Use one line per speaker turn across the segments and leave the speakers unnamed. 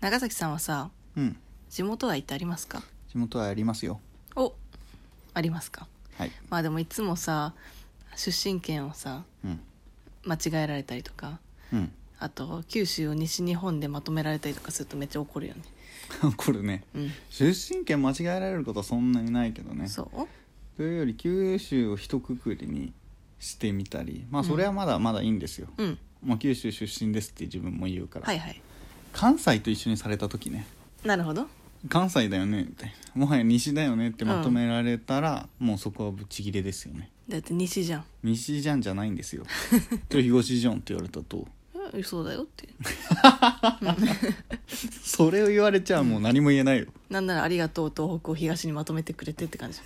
長崎さんはさ
うん
地元愛ってありますか
地元はありますよ
おありますか
はい
まあでもいつもさ出身県をさ
うん
間違えられたりとか
うん
あと九州を西日本でまとめられたりとかするとめっちゃ怒るよね
これね
うん
出身県間違えられることはそんなにないけどね
そう
というより九州を一括りにしてみたりまあ
うん
それはまだまだいいんですよ、
うん
まあ、九州出身ですって自分も言うから、
はいはい
関西と一緒にされた時ね
なるほど
関西だよねってもはや西だよねってまとめられたら、もうそこはぶっちぎれですよね
だって西じゃん
西じゃんじゃないん ですよと東じゃんって言われたと
うんそうだよって
それを言われちゃもう何も言えないよ、
なんならありがとう東北を東にまとめてくれてって感じ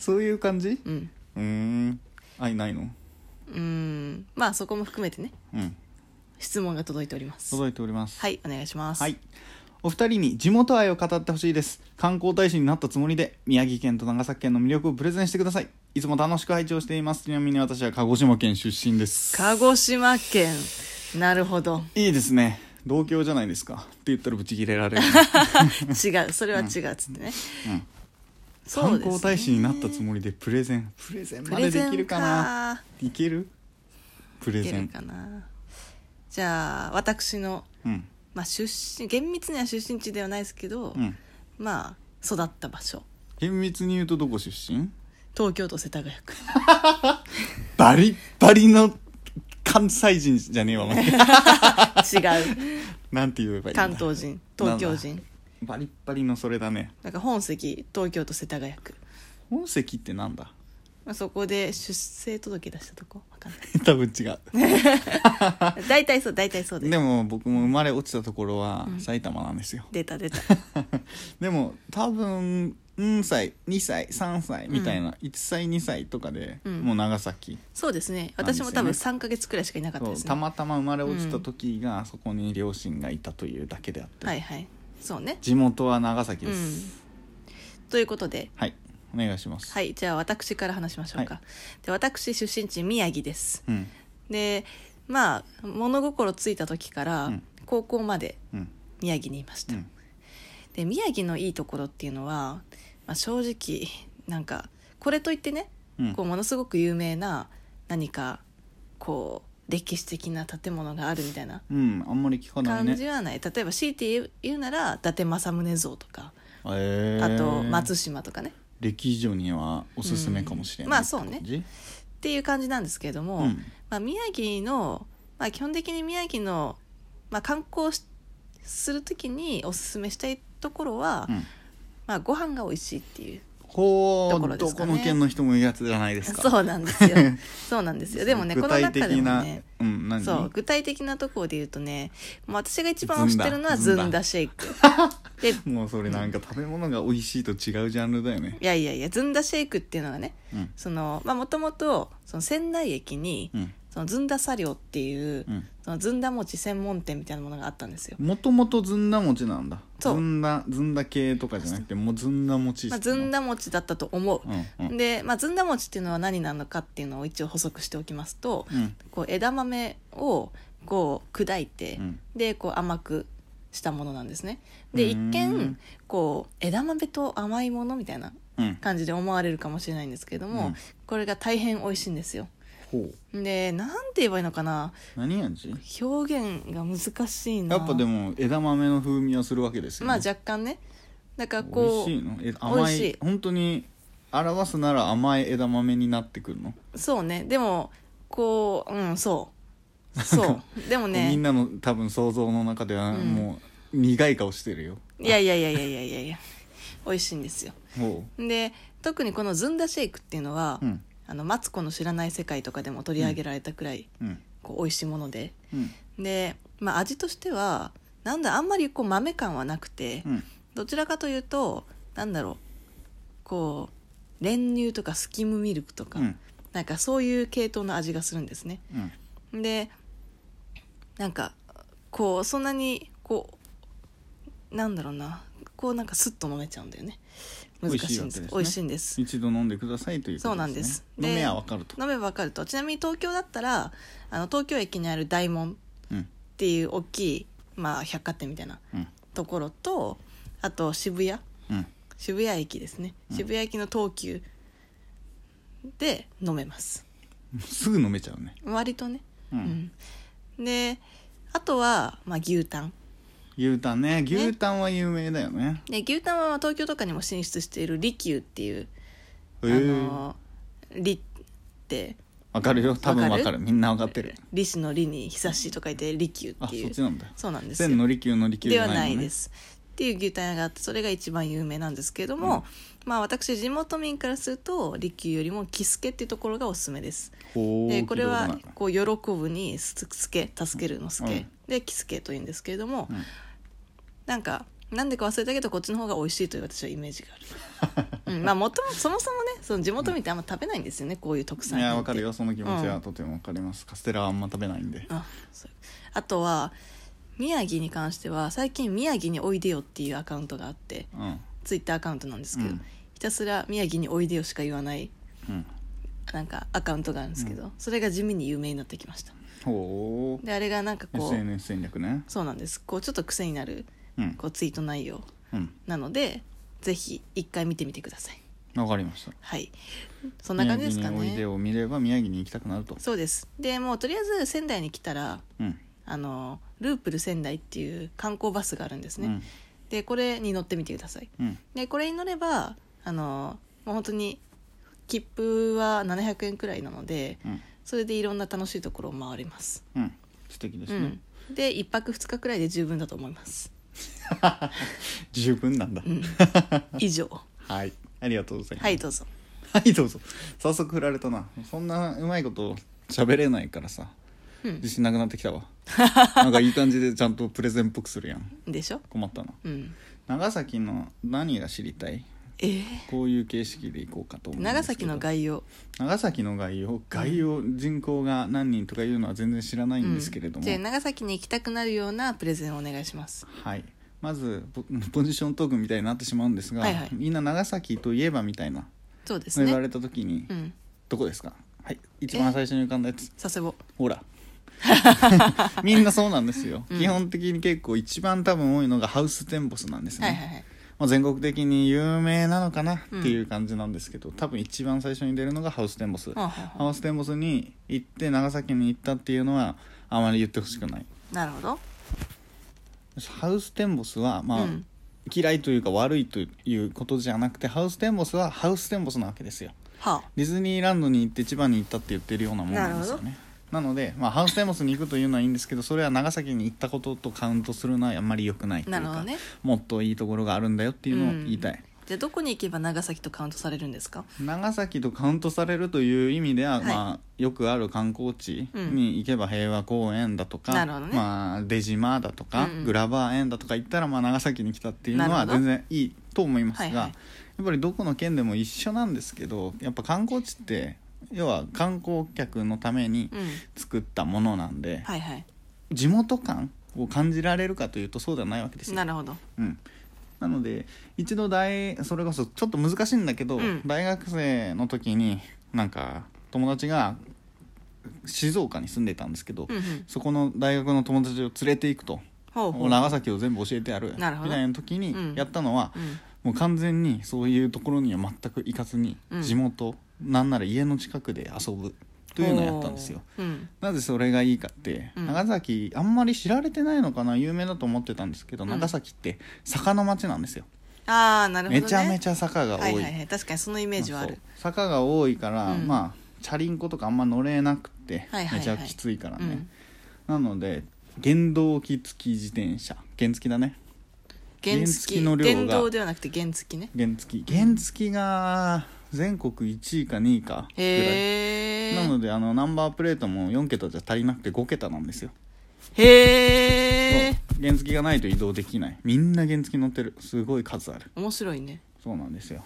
そういう感じ
うん
うーん愛ないの
うんまあそこも含めてね
うん
質問が届いております
届いております
はいお願いします
はいお二人に地元愛を語ってほしいです観光大使になったつもりで宮城県と長崎県の魅力をプレゼンしてくださいいつも楽しく拝聴していますちなみに私は鹿児島県出身です
鹿児島県なるほど
いいですね同郷じゃないですかって言ったらブチ切れ られる、
違うそれは違うっつってね、
うん
そう
観
ですね
光大使になったつもりでプレゼンプレゼン
プ
ま
レ
で
ゼ
で
ン
きるかな
か
いけるプレ
いけ
ゼ
る
ン
かなじゃあ私の、
うん
まあ、出身厳密には出身地ではないですけど、
うん
まあ育った場所
厳密に言うとどこ出身
東京都世田谷区
バリッバリの関西人じゃねえ わ、待って
違う
なんて言えばいいんだ
関東人東京人
バリッバリのそれだね
なんか本籍東京都世田谷区、
本籍ってなんだ
まあ、そこで出生届出したとこわかんない
多分違う
大体そう大体そうです
でも僕も生まれ落ちたところは埼玉なんですよ、
出た出た
でも多分1歳2歳3歳みたいな、1歳2歳とかで、
うん
もう長崎
そうですね私も多分3か月くらいしかいなかった
そ
で
う
す
た
ね
またま生まれ落ちた時がそこに両親がいたというだけであって、
はいはいそうね
地元は長崎
う
です、
んということで
はいお願いします、
はいじゃあ私から話しましょうか、
は
で私出身地宮城です
うん
でまあ物心ついた時から
うん
高校まで
うん
宮城にいまし
う
た、
ん
で宮城のいいところっていうのは、まあ、正直なんかこれといってね、
うん
こうものすごく有名な何かこう歴史的な建物があるみたいな
うんあんまり聞かない
感
ね
じはない、例えば強いて言う言うなら伊達政宗像とか
え
あと松
島
島とかね、
歴史上にはおすすめかもしれない、
うんまあそうね
って感じ
っていう感じなんですけれども、
うん
まあ、宮城の、まあ、基本的に宮城の、まあ、観光しするときにおすすめしたいところは、
うん
まあ、ご飯が美味しいっていう
ほ
とこ
う、
ろで
ど
すか
こ
ね
の県の人も言うやつじゃないですか
そうなん ですよそうなんですよでもね
具
この
体
中で
的
も
な、
ね
うん何
そう具体的なところで言うとねもう私が一番推してるのは
ずん
ず
だ
んだシェイクでい
もうそれなんか食べ物が美味しいと違うジャンルだよね
やいやいやずんだシェイクっていうのがね
うん
そのまあもともとその仙台駅に
うん
そのずんだ茶寮っていう、
うん
そのずんだ餅専門店みたいなものがあったんですよ
もともとずんだ餅なんだず
そうん
だずんだ系とかじゃなくてもうずんだ餅
まあ、ずんだ餅だったと思う、
うんうん
で、まあ、ずんだ餅っていうのは何なのかっていうのを一応補足しておきますと、
うん
こう枝豆をこう砕いて、
うん
でこう甘くしたものなんですねで
う
一
ーん
見こう枝豆と甘いものみたいな
うん
感じで思われるかもしれないんですけれども、
うん
これが大変美味しいんですよ
ほう
でなんて言えばいいのかな
何味
表現が難しいな
やっぱでも枝豆の風味はするわけですよ、ね、
まあ若干ねだから
美味
こ
しいのえ甘
美味し
い
い
本当に表すなら甘い枝豆になってくるの、
うそうねでもこううんそう そうでもね
みんなの多分想像の中では
うん
もう苦い顔してるよ、
いやいやいやいやいやいやいや美味しいんですよ
ほ
で特にこのずんだシェイクっていうのは、
ううん
あのマツコの知らない世界とかでも取り上げられたくらい、
うん
こう美味しいもので
うん
で、まあ、味としてはなんだあんまりこう豆感はなくて、
うん
どちらかというとなんだろうこう練乳とかスキムミルクとか、
うん
なんかそういう系統の味がするんですね
うん
でなんかこうそんなにこうなんだろうなこうなんかスッと飲めちゃうんだよね難しいんですけど美
美
味
味
し
し
い
い
んです
一度飲んでくださいということ
そうなんです
ね
で
飲めはわかると
飲めばわかるとちなみに東京だったらあの東京駅にある大門っ
うん
ていう大きいまあ、百貨店みたいな
うん
ところとあと渋谷
うん
渋谷駅ですね渋谷駅の東急で飲めます
すぐ飲めちゃうね
割とね、
うん、
うんであとは、まあ、牛タン
牛タンね牛タンは有名だよね
で牛タンは東京とかにも進出している利休っていう、
へえ
あの利って
わかるよ多分わかる
わかる
みんなわかってる
利子の利に久しいと書いて利休
あ
ってい
そうっちなんだ
そうなんですよ
千の利休の利休
ではない
のね
ですっていう牛タン屋があってそれが一番有名なんですけれども、まあ私地元民からすると利休よりも喜助っていうところがおすすめです
ほう
でこれ
聞
はい
た
こう喜ぶに「すすけ」「助ける」の「すけ」
うん
で「きすけ」というんですけれども、
うん
なんかなんでか忘れたけどこっちの方が美味しいという私はイメージが ある、うん、まあもともそもそもねその地元民ってあんま食べないんですよねこういう特
こと
産
ないい
品って
やわかるよその気持ち
う
は
ん
とてもわかりますカステラはあんま食べないんで
あそうあとは宮城に関しては最近「宮城においでよ」っていうアカウントがあって
うん
ツイッターアカウントなんですけど、
うん
ひたすら「宮城においでよ」しか言わない
うん
なんかアカウントがあるんですけど、
う
それが地味に有名になってきました
ほ
であれがなんか
う
こう
SNS 戦略ね
そうなんですこうちょっと癖になる
うん
こうツイート内容
うん
なのでぜひ一回見てみてください
わかりました
はいそんな感じですか
宮城においで
ね
を見れば宮城に行きたくなると
そうですでもうとりあえず仙台に来たら
うん
あのループル仙台っていう観光バスがあるんですね、でこれに乗ってみてください
うんうん
でこれに乗ればあのもう本当に切符は700円くらいなので
うん
それでいろんな楽しいところを回れます、
うん素敵です
う
ね、
ん、で1泊2日くらいで十分だと思います、
十分なんだ、
うん、以上
はいありがとうございます
はいどうぞ
はいどうぞ早速振られたなそんなうまいこと喋れないからさ
うん
自信なくなってき たわなんかいい感じでちゃんとプレゼンっぽくするやん
でしょ
困ったな
うん
長崎の何が知りたい
えー
こういう形式でいこうかと思うんですけ
長崎
ど
の概要
長崎の概要概要人口が何人とかいうのは全然知らないんですけれども、
うんじゃあ長崎に行きたくなるようなプレゼンをお願いします
はいまずポポジショントークみたいになってしまうんですが、
はいはい
みんな長崎といえばみたいな
そうです
言わ
ね
れた時に、
うん
どこですかはい一番最初に浮かんだやつ
佐世保
ほら みんなそうなんですよ、
うん
基本的に結構一番多分多いのがハウステンボスなんですね、
はいはいはい
まあ、全国的に有名なのかなっていう感じなんですけど、多分一番最初に出るのがハウステンボス、
はあはあ
ハウステンボスに行って長崎に行ったっていうのはあまり言ってほしくない
なるほど
ハウステンボスはまあ、
うん
嫌いというか悪いということじゃなくてハウステンボスはハウステンボスなわけですよ
は
ディズニーランドに行って千葉に行ったって言ってるようなもんなんですよねなので、まあ、ハウステンボスに行くというのはいいんですけどそれは長崎に行ったこととカウントするのはあんまり良くないと
あ
いうか
なるほどね
もっといいところがあるんだよっていうのを言いたい、
じゃあどこに行けば長崎とカウントされるんですか
長崎とカウントされるという意味では、
い
まあ、よくある観光地に行けば平和公園だとか、
なるほどね
まあ、出島だとか、
うんうん
グラバー園だとか行ったら、まあ、長崎に来たっていうの
な
は
るほど
全然いいと思いますが、
はいはい
やっぱりどこの県でも一緒なんですけどやっぱ観光地って要は観光客のために
うん
作ったものなんで、
はいはい
地元感を感じられるかというとそうではないわけですよ。
なるほど
うん、なので一度大それこそちょっと難しいんだけど、
うん
大学生の時になんか友達が静岡に住んでたんですけど、
うんうん
そこの大学の友達を連れていくと
ほうほう
長崎を全部教えてやるみ
なるほど
たいな時
うん
にやったのは、
うん
もう完全にそういうところには全く行かずに、
うん
地元なんなら家の近くで遊ぶというのをやったんですよ。
ほううん
なぜそれがいいかって、
うん
長崎あんまり知られてないのかな有名だと思ってたんですけど、
うん
長崎って坂の町なんですよ、
ああなるほど
め
ね
ちゃめ
ゃ
ちゃ坂が多い,、
はいはいはい確かにそのイメージはある
そう坂が多いから、
うん
まあチャリンコとかあんま乗れなくて、
はいはいはい
めちゃきついから
う
ね、
ん
なので原動機付き自転車原付きだね
原
原
付
付の量が
電動ではなくて原付ね
原付き原付きが全国1位か2位かぐらい
へえ
なのであのナンバープレートも4桁じゃ足りなくて5桁なんですよ
へえ
そう原付がないと移動できないみんな原付乗ってるすごい数ある
面白いね
そうなんですよ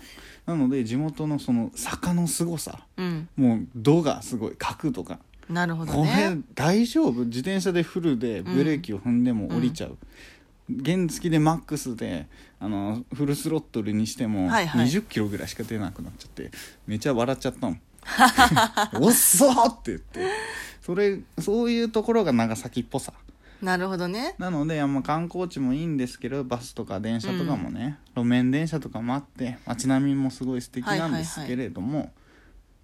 なので地元のその坂のすごさ
うん
もう度がすごい角度が、
なるほど
これ
ね
大丈夫自転車でフルでブレーキを踏んでも降りちゃう、原付でマックスであのフルスロットルにしても
はいはい
20キロぐらいしか出なくなっちゃって、めちゃ笑っちゃったの おっそーって言ってそれそういうところが長崎っぽさ
なるほどね
なので、あんま観光地もいいんですけどバスとか電車とかもね、路面電車とかもあって街並みもすごい素敵なんですけれども、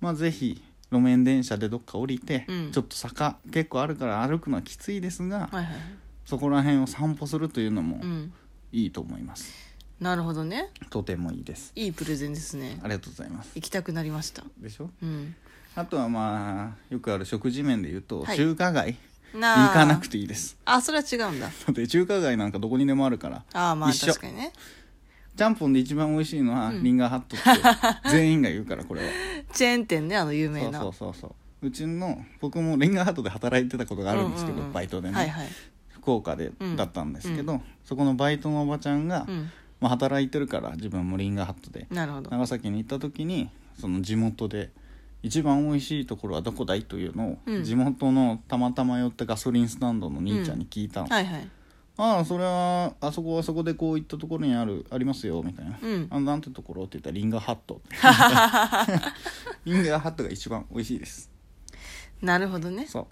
まあぜひ路面電車でどっか降りて、
うん
ちょっと坂結構あるから歩くのはきついですが、
はいはい
そこら辺を散歩するというのも
うん
いいと思います、
なるほどね
とてもいいです
いいプレゼンですね
ありがとうございます
行きたくなりました
でしょ
うん
あとはまあよくある食事面で言うと、
はい
中華街
な
行かなく
て
ていいです
あそれは違うんだ
だって中華街なんかどこにでもあるから
ああまあ
一緒
確かにね
ちゃんぽんで一番美味しいのは
うん
リンガーハット って全員が言うからこれは
チェーン店ねあの有名な
そうそうそうそううちの僕もリンガーハットで働いてたことがあるんですけど、
ううう
バイトでね、
はいはい
福岡で、
うん
だったんですけど、そこのバイトのおばちゃんが、
うん
まあ、働いてるから自分もリンガーハットで
なるほど
長崎に行った時にその地元で一番美味しいところはどこだいというのを、
うん
地元のたまたま寄ったガソリンスタンドの兄ちゃんに聞いたの、
はいはい
ああそれはあそこはそこでこういったところにあるありますよみたいな、
うん
あなんてところって言ったらリンガーハッ トリンガーハットが一番美味しいです
なるほどね
そ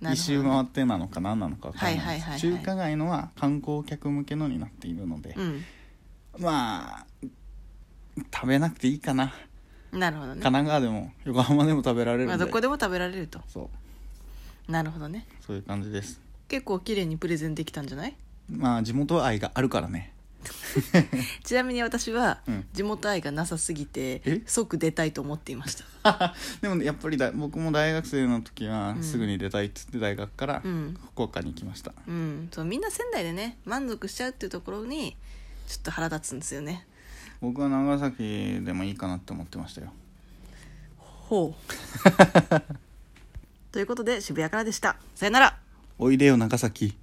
う
なる
一
ほどね
周回ってなのか何なのか分から
は
ない
はいいはいは
で
い
す中華街のは観光客向けのになっているので、
うん
まあ食べなくていいかな、
なるほどね
神奈川でも横浜でも食べられるんで,、
まあどこでも食べられると
そう
なるほどね
そういう感じです
結構綺麗にプレゼンできたんじゃない
まあ地元愛があるか らね
ちなみに私は
うん
地元愛がなさすぎて
え
即出たいと思っていました
でもねやっぱりだ僕も大学生の時は
うん
すぐに出たいっつって大学から
うん
福岡に来ました、
うんそうみんな仙台でね満足しちゃうっていうところにちょっと腹立つんですよね
僕は長崎でもいいかなって思ってましたよ
ほう ということで渋谷からでしたさよなら
おいでよ長崎